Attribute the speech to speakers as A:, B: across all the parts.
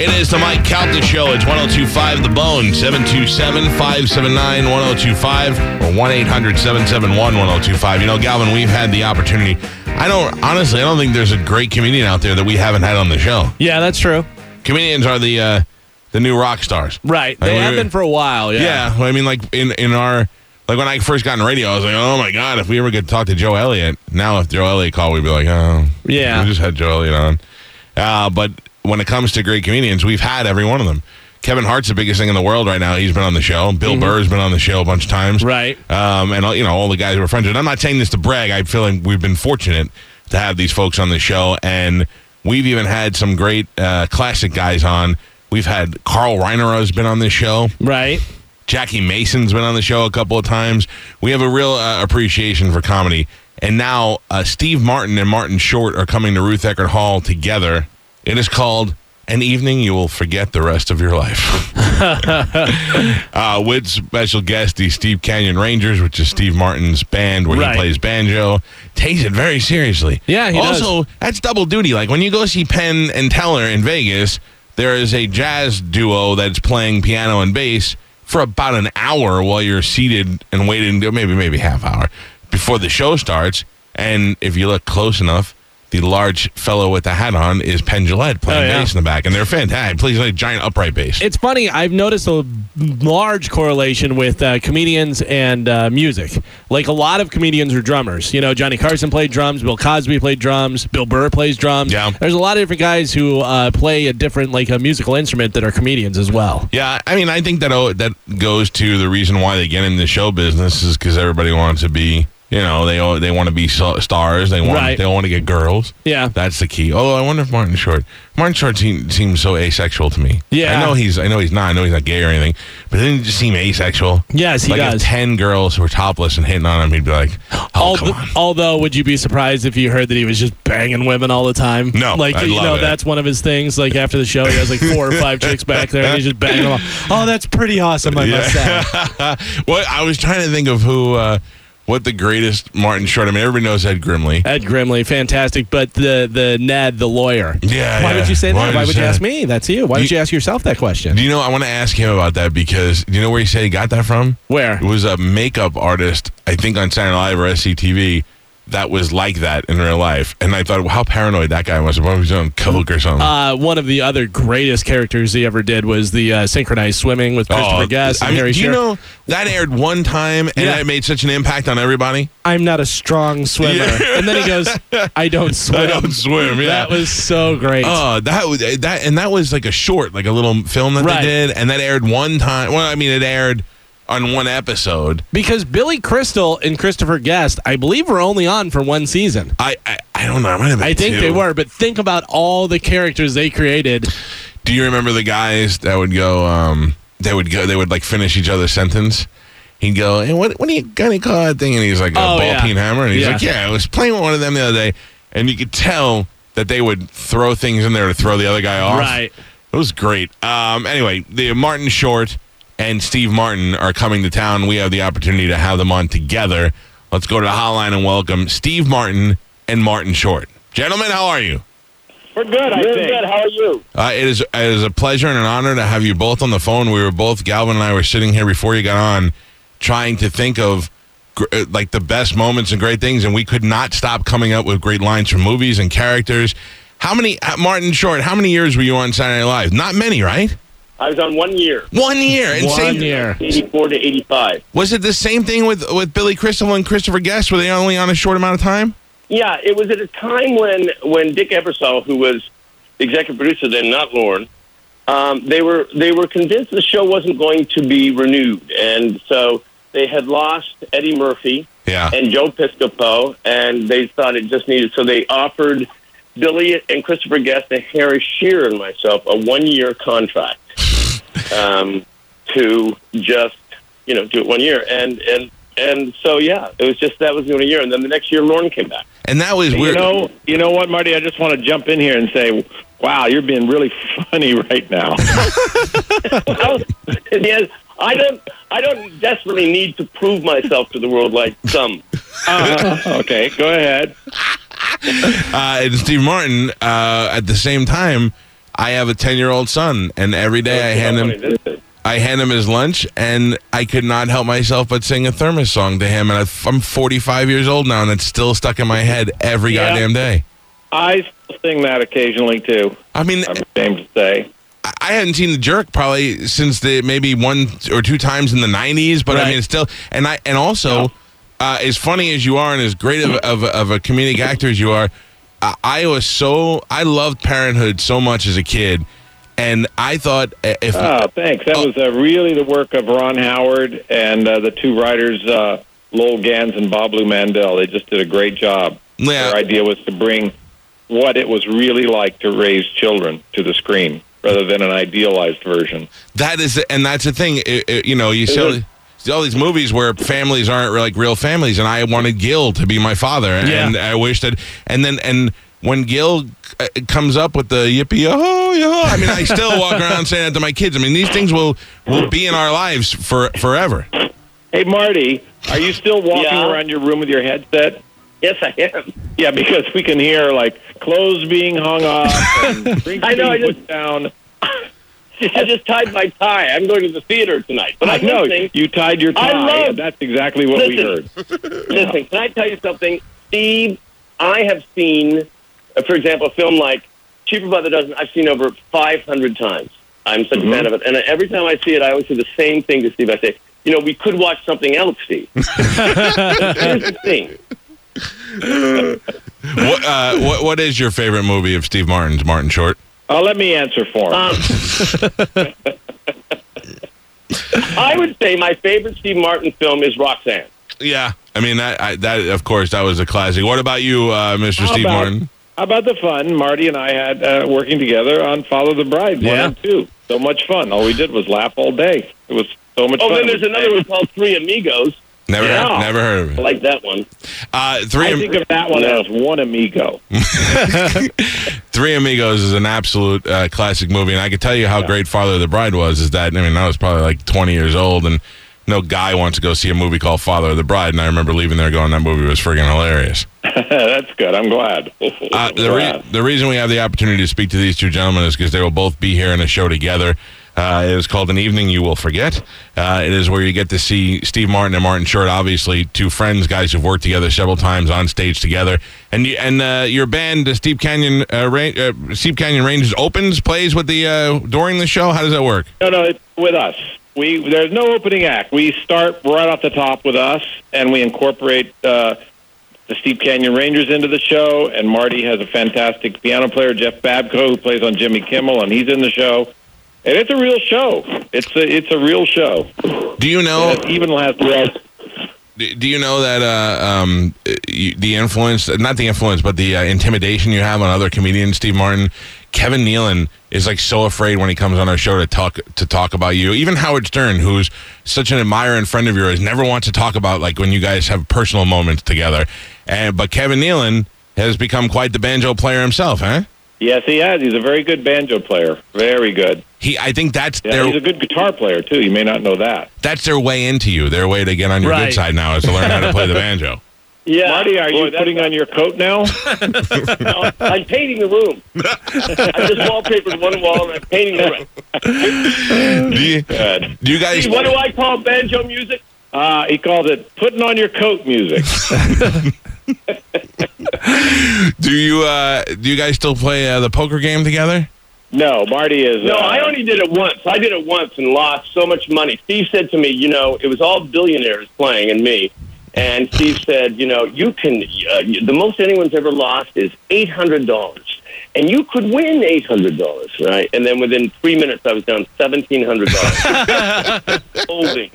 A: It is the Mike Calta Show. It's 1025 The Bone, 727 579 1025 or 1 800 771 1025. You know, Galvin, we've had the opportunity. I don't, honestly, I don't think there's a great comedian out there that we haven't had on the show.
B: Yeah, that's true.
A: Comedians are the uh, the new rock stars.
B: Right.
A: I
B: They
A: mean,
B: have
A: we-
B: been for a while. Yeah.
A: Yeah. I mean, like in, in our, like when I first got in radio, I was like, oh my God, if we ever could talk to Joe Elliott. Now, if Joe Elliott called, we'd be like, oh,
B: Yeah.
A: We just had Joe Elliott on. Uh, but when it comes to great comedians, we've had every one of them. Kevin Hart's the biggest thing in the world right now. He's been on the show. Bill Burr's been on the show a bunch of times.
B: Mm-hmm. Right.
A: Um, and, all- you know, all the guys we're friends with. And I'm not saying this to brag. I feel like we've been fortunate to have these folks on the show. And we've even had some great uh, classic guys on. We've had Carl Reiner has been on this show.
B: Right.
A: Jackie Mason's been on the show a couple of times. We have a real uh, appreciation for comedy. And now uh, Steve Martin and Martin Short are coming to Ruth Eckerd Hall together. It is called An Evening You Will Forget the Rest of Your Life. uh, with special guest, the Steve Canyon Rangers, which is Steve Martin's band where
B: Right.
A: he plays banjo. Takes it very seriously.
B: Yeah, he does.
A: Also, that's double duty. Like when you go see Penn and Teller in Vegas, there is a jazz duo that's playing piano and bass for about an hour while you're seated and waiting, maybe maybe half hour before the show starts. And if you look close enough, the large fellow with the hat on is Penn Gillette playing
B: Oh, yeah.
A: bass in the back, and they're fantastic. Please, like giant upright bass.
B: It's funny. I've noticed a large correlation with uh, comedians and uh, music. Like a lot of comedians are drummers. You know, Johnny Carson played drums. Bill Cosby played drums. Bill Burr plays drums.
A: Yeah.
B: There's a lot of different guys who uh, play a different, like a musical instrument that are comedians as well.
A: Yeah, I mean, I think that oh, that goes to the reason why they get into the show business is because everybody wants to be, you know, they all- they want to be so- stars. They want
B: Right.
A: they want to get girls.
B: Yeah.
A: That's the key. Although I wonder if Martin Short, Martin Short seem, seems so asexual to me.
B: Yeah.
A: I know he's I know he's not I know he's not gay or anything, but doesn't he just seem asexual?
B: Yes, he
A: like
B: does.
A: If Ten girls were topless and hitting on him, he'd be like, oh come
B: Although,
A: on.
B: although, would you be surprised if you heard that he was just banging women all the time?
A: No,
B: like
A: I'd
B: you
A: love
B: know,
A: it.
B: that's one of his things. Like after the show, he has like four or five chicks back there, and he's just banging them. All. Oh, that's pretty awesome, I must say.
A: what I was trying to think of who, uh, what the greatest Martin Short. I mean, everybody knows Ed Grimley.
B: Ed Grimley, fantastic. But the the Ned, the lawyer.
A: Yeah,
B: Why
A: yeah.
B: would you say that?
A: Why
B: Why,
A: would you
B: would
A: say
B: you ask
A: that?
B: me? That's you. Why would you ask yourself that question?
A: Do you know? I want to ask him about that because do you know where he said he got that from?
B: Where?
A: It was a makeup artist, I think, on Saturday Night Live or SCTV that was like that in real life, and I thought, well, how paranoid that guy was. What if he's on coke or something?
B: Uh, one of the other greatest characters he ever did was the uh, synchronized swimming with Christopher Guest
A: Oh,
B: and
A: I mean,
B: Harry
A: do you
B: Shearer.
A: know that aired one time and
B: Yeah.
A: that made such an impact on everybody?
B: I'm not a strong swimmer.
A: Yeah.
B: And then he goes, I don't swim.
A: I don't swim. Yeah.
B: That was so great.
A: Oh, that was that, and that was like a short, like a little film that
B: Right.
A: they did, and that aired one time. Well, I mean, it aired on one episode.
B: Because Billy Crystal and Christopher Guest, I believe, were only on for one season.
A: I I, I don't know. I might have. Been
B: I think
A: two.
B: they were, but think about all the characters they created.
A: Do you remember the guys that would go? Um, they would go. They would like finish each other's sentence. He'd go, "And what? What do you gonna call that thing?" And he's like, "A
B: Oh,
A: ball
B: yeah.
A: peen hammer." And he's
B: Yeah.
A: like, "Yeah, I was playing with one of them the other day, and you could tell that they would throw things in there to throw the other guy off."
B: Right.
A: It was great. Um, anyway, the Martin Short and Steve Martin are coming to town. We have the opportunity to have them on together. Let's go to the hotline and welcome Steve Martin and Martin Short. Gentlemen, how are you?
C: We're good, I
D: Good,
C: think.
D: good. How are you?
A: Uh, it is it is a pleasure and an honor to have you both on the phone. We were both Galvin and I were sitting here before you got on, trying to think of gr- uh, like the best moments and great things, and we could not stop coming up with great lines from movies and characters. How many uh, Martin Short? How many years were you on Saturday Night Live? Not many, right?
D: I was on one year,
A: One year. And
B: one
A: same-
B: year.
D: 84 to 85.
A: Was it the same thing with with Billy Crystal and Christopher Guest? Were they only on a short amount of time?
D: Yeah, it was at a time when, when Dick Ebersol, who was executive producer then, not Lauren, um, they were they were convinced the show wasn't going to be renewed, and so they had lost Eddie Murphy
A: Yeah.
D: and Joe Piscopo, and they thought it just needed. So they offered Billy and Christopher Guest and Harry Shearer and myself a one-year contract um, to just you know do it one year, and and and so yeah, it was just that was the only year, and then the next year Lauren came back.
A: And that was
C: You
A: weird.
C: know, you know what, Marty? I just want to jump in here and say, wow, you're being really funny right now.
D: I was- yes, I don't I don't desperately need to prove myself to the world like some.
C: Uh,
A: Uh-huh.
C: okay, go ahead.
A: uh, and Steve Martin uh, at the same time I have a ten year old son, and every day I hand him.
D: This is-
A: I hand him his lunch, and I could not help myself but sing a Thermos song to him. And I've- I'm 45 years old now, and it's still stuck in my head every
D: Yeah.
A: goddamn day.
D: I
C: I'll sing that occasionally too.
A: I mean,
D: I'm ashamed to say.
A: I- I hadn't seen the jerk probably since the maybe one or two times in the 90s, but I
B: Right.
A: mean, it's still. And I and also, uh, as funny as you are, and as great of, of, of a comedic actor as you are, I, I was so I loved Parenthood so much as a kid, and I thought uh, if
C: Oh, thanks. That was uh, really the work of Ron Howard and uh, the two writers, uh, Lowell Gans and Bob Lou Mandel. They just did a great job.
A: Yeah.
C: Their idea was to bring what it was really like to raise children to the screen rather than an idealized version.
A: That is, and that's the thing. It- it- you know, you see all, see all these movies where families aren't re- like real families, and I wanted Gil to be my father, and I wish that. And then, and when Gil uh, comes up with the yippee yo yo, I mean, I still walk around saying that to my kids. I mean, these things will will be in our lives for forever.
C: Hey, Marty, are you still walking
D: Yeah.
C: around your room with your headset?
D: Yes, I am.
C: Yeah, because we can hear like clothes being hung up, and drinks
D: I know, I
C: being
D: just-
C: put down.
D: I just tied my tie. I'm going to the theater tonight. But I
C: I know
D: Listen,
C: you tied your tie.
D: I love-
C: and that's exactly what we
D: Listen.
C: heard.
D: listen, can I tell you something, Steve? I have seen, uh, for example, a film like Cheaper by the Dozen. I've seen over 500 times. I'm such a fan of it, and every time I see it, I always say the same thing to Steve. I say, you know, we could watch something else, Steve. Here's the thing.
A: What, uh, what what is your favorite movie of Steve Martin's? Martin Short.
C: Oh, let me answer for him.
D: Um, I would say my favorite Steve Martin film is Roxanne.
A: Yeah, I mean that I, that of course that was a classic. What about you, uh, Mr.
C: How
A: Steve
C: about-
A: Martin?
C: How about the fun Marty and I had uh, working together on Follow the Bride one
B: Yeah.
C: and two? So much fun. All we did was laugh all day. It was so much
D: Oh,
C: fun.
D: then there's another one called Three Amigos.
A: Never
D: Yeah.
A: never heard of
D: I
A: it.
D: like that one.
A: Uh, three.
C: I think of that one
D: Yeah.
C: as one amigo.
A: Three Amigos is an absolute uh, classic movie, and I could tell you how great Father of the Bride was. Is that I mean, I was probably like 20 years old, and no guy wants to go see a movie called Father of the Bride. And I remember leaving there going, that movie was friggin' hilarious.
C: That's good. I'm glad.
A: Uh, the, re- the reason we have the opportunity to speak to these two gentlemen is because they will both be here in a show together. Uh, it is called An Evening You Will Forget. Uh, it is where you get to see Steve Martin and Martin Short, obviously two friends, guys who've worked together several times on stage together. And you, and uh, your band, uh, Steve Canyon uh, Ra- uh, Steve Canyon Rangers, opens plays with the uh, during the show. How does that work?
C: No, no, it's with us. We there's no opening act. We start right off the top with us, and we incorporate uh, the Steep Canyon Rangers into the show. And Marty has a fantastic piano player, Jeff Babco, who plays on Jimmy Kimmel, and he's in the show. And it's a real show. It's a it's a real show.
A: Do you know?
C: It even last yes.
A: Do do you know that uh, um, you- the influence, not the influence, but the uh, intimidation you have on other comedians, Steve Martin, Kevin Nealon is like so afraid when he comes on our show to talk to talk about you. Even Howard Stern, who's such an admirer and friend of yours, never wants to talk about like when you guys have personal moments together. And but Kevin Nealon has become quite the banjo player himself, huh?
C: yes, he has. He's a very good banjo player. Very good.
A: He, I think that's
C: Yeah,
A: their
C: he's a good guitar player too. You may not know that.
A: that's their way into you. Their way to get on your good
B: Right.
A: side now is to learn how to play the banjo.
D: Yeah,
C: Marty, are
D: Ah, Boy,
C: you
D: that-
C: putting on your coat now?
D: No, I'm painting the room. I just wallpapered one wall and I'm painting the room.
A: Do you, do you guys?
D: Gee, what do I call banjo music?
C: Uh, he calls it putting on your coat music.
A: Do you uh, do you guys still play uh, the poker game together?
C: No, Marty is.
D: No,
C: uh,
D: I only did it once. I did it once and lost so much money. Steve said to me, you know, it was all billionaires playing and me. And Steve said, you know, you can, uh, the most anyone's ever lost is $800. And you could win $800, right? And then within three minutes, I was down $1,700. Holding.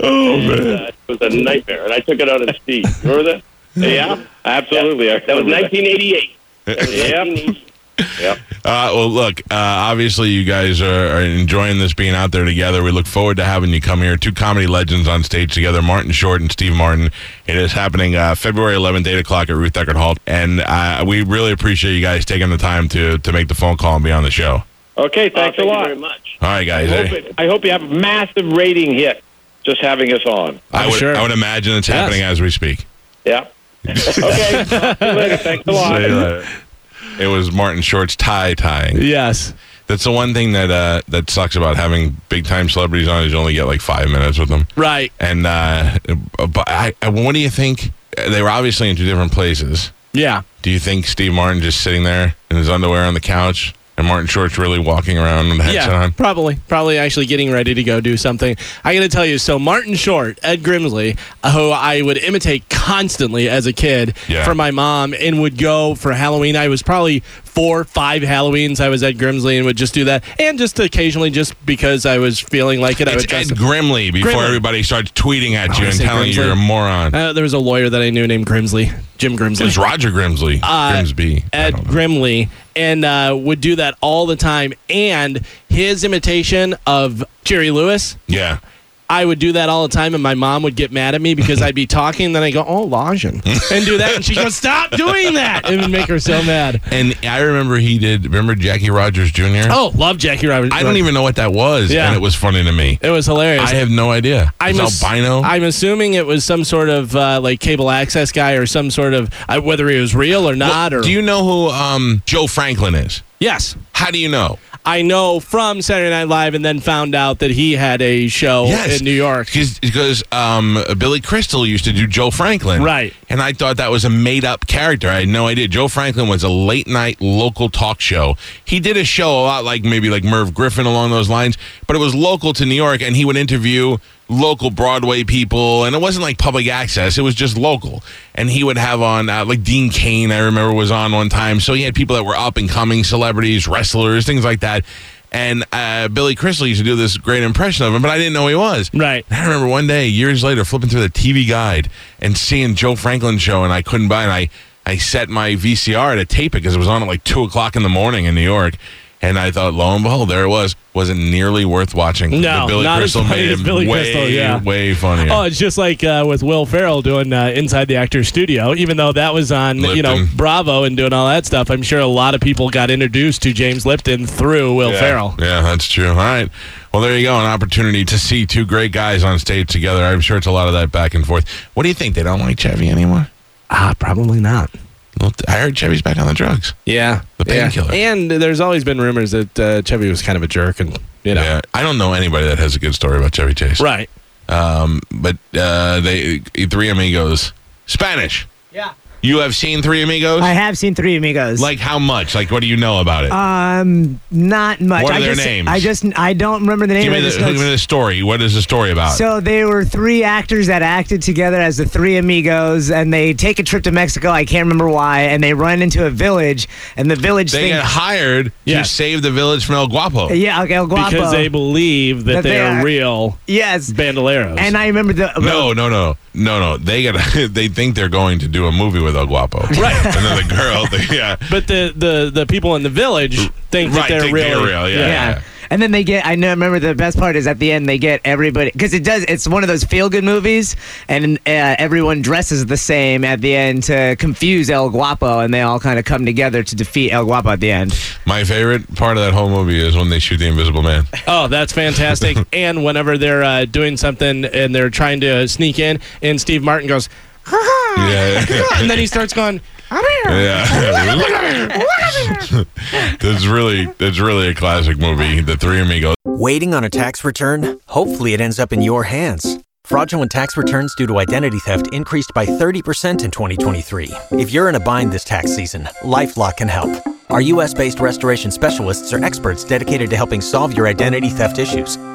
D: Oh, man. Uh, it was a nightmare. And I took it out of Steve. Remember that?
C: Yeah, absolutely. I
D: That was
C: remember
D: 1988. That was
C: Yep.
D: 1988.
A: Uh, well, look, uh, obviously you guys are, are enjoying this being out there together. We look forward to having you come here. Two comedy legends on stage together, Martin Short and Steve Martin. It is happening uh, February 11th, 8 o'clock at Ruth Deckard Hall. And uh, we really appreciate you guys taking the time to, to make the phone call and be on the show. All
C: Okay,
D: Uh,
C: thanks
D: thank
C: a
D: you
C: lot.
D: very much.
A: right, guys. eh?
C: I hope,
A: I,
C: it, I hope you have a massive rating hit just having us on.
A: I
B: I'm
A: would,
B: sure.
A: I would imagine it's
B: Yes.
A: happening as we speak.
C: Yeah. okay. talk to you later. Thanks a lot.
A: See you later. It was Martin Short's tie tying.
B: Yes.
A: That's the one thing that uh, that sucks about having big time celebrities on is you only get like five minutes with them.
B: Right.
A: And uh, but I, I, what do you think? They were obviously in two different places.
B: Yeah.
A: Do you think Steve Martin just sitting there in his underwear on the couch, and Martin Short's really walking around with a headset
B: yeah,
A: on?
B: probably, probably actually getting ready to go do something. I got to tell you, so Martin Short, Ed Grimsley, who I would imitate constantly as a kid
A: Yeah.
B: for my mom, and would go for Halloween. I was probably four, five Halloweens. I was Ed Grimsley and would just do that, and just occasionally, just because I was feeling like it, I
A: It's
B: would.
A: Ed
B: dress
A: Grimley before
B: Grimley.
A: everybody starts tweeting at
B: Oh,
A: you
B: I
A: and
B: say
A: telling you
B: Grimsley.
A: you're a moron.
B: uh, there was a lawyer that I knew named Grimsley, Jim Grimsley.
A: It's Roger Grimsley.
B: uh,
A: Grimsby. I
B: Ed
A: don't know.
B: Grimley, and uh, would do that all the time. And his imitation of Jerry Lewis,
A: yeah.
B: I would do that all the time, and my mom would get mad at me because I'd be talking, and then I go, "Oh, Lajan," and do that, and she goes, "Stop doing that!" It would make her so mad.
A: And I remember he did. Remember Jackie Rogers Jr.
B: Oh, love Jackie Robinson.
A: I don't even know what that was,
B: Yeah.
A: and it was funny to me.
B: It was hilarious.
A: I have no idea. It's
B: ass-
A: albino.
B: I'm assuming it was some sort of uh, like cable access guy or some sort of uh, whether he was real or not or
A: Do you know who um, Joe Franklin is?
B: yes.
A: How do you know?
B: I know from Saturday Night Live, and then found out that he had a show
A: Yes.
B: in New York.
A: Because um, Billy Crystal used to do Joe Franklin.
B: Right.
A: And I thought that was a made up character. I had no idea. Joe Franklin was a late night local talk show. He did a show a lot like maybe like Merv Griffin along those lines, but it was local to New York and he would interview local Broadway people and it wasn't like public access, it was just local. And he would have on uh, like Dean Kane, I remember was on one time. So he had people that were up and coming celebrities, wrestlers, things like that. And uh, Billy Crystal used to do this great impression of him, but I didn't know he was.
B: Right.
A: And I remember one day, years later, flipping through the TV guide and seeing Joe Franklin show, and I couldn't buy it. And I, I set my VCR to tape it because it was on at like 2 o'clock in the morning in New York. And I thought, lo and behold, there it was. Wasn't nearly worth watching.
B: No,
A: The Billy
B: not as
A: Crystal
B: funny
A: made
B: as
A: it
B: Billy
A: way,
B: Crystal, yeah.
A: way funnier.
B: Oh, it's just like uh, with Will Ferrell doing uh, Inside the Actor's Studio. Even though that was on, you know,
A: Lipton.
B: Bravo and doing all that stuff, I'm sure a lot of people got introduced to James Lipton through Will
A: yeah.
B: Ferrell.
A: Yeah, that's true. All right. Well, there you go. An opportunity to see two great guys on stage together. I'm sure it's a lot of that back and forth. What do you think? They don't like Chevy anymore?
B: Ah, probably not.
A: Well, I heard Chevy's back on the drugs.
B: Yeah,
A: The
B: Yeah.
A: painkiller.
B: And there's always been rumors that uh, Chevy was kind of a jerk, and you know,
A: Yeah, I don't know anybody that has a good story about Chevy Chase.
B: right?
A: Um, but uh, they Three Amigos, Spanish.
E: Yeah.
A: You have seen Three Amigos?
E: I have seen Three Amigos.
A: like how much? Like what do you know about it?
E: um, not much.
A: What are
E: I
A: their
E: just,
A: names?
E: I just, I don't remember the name
A: give, me
E: of
A: the,
E: this.
A: give me the story. What is the story about?
E: So they were three actors that acted together as the Three Amigos, and they take a trip to Mexico. I can't remember why, and they run into a village, and the village
A: they
E: thinks,
A: get hired
B: Yes.
A: to save the village from El Guapo.
E: yeah, okay, El Guapo,
B: Because they believe that,
E: That
B: they,
E: they
B: are
E: are-
B: real
E: yes.
B: bandoleros.
E: And I remember the
A: No, no, no, no, no. They get. They think they're going to do a movie with El Guapo. Right. and then the girl. They, yeah.
B: but the, the the people in the village think that
A: Right,
B: they're
A: think
B: real.
A: they're real, yeah.
E: Yeah. And then they get, I know, remember the best part is at the end they get everybody, because it does, it's one of those feel good movies, and uh, everyone dresses the same at the end to confuse El Guapo, and they all kind of come together to defeat El Guapo at the end.
A: My favorite part of that whole movie is when they shoot the Invisible Man.
B: Oh, that's fantastic. and whenever they're uh, doing something and they're trying to sneak in, and Steve Martin goes,
A: yeah.
B: and then he starts going,
A: Yeah. that's really that's really a classic movie, The Three Amigos.
F: Waiting on a tax return? Hopefully, it ends up in your hands. Fraudulent tax returns due to identity theft increased by 30% in 2023. If you're in a bind this tax season, LifeLock can help. Our US based restoration specialists are experts dedicated to helping solve your identity theft issues.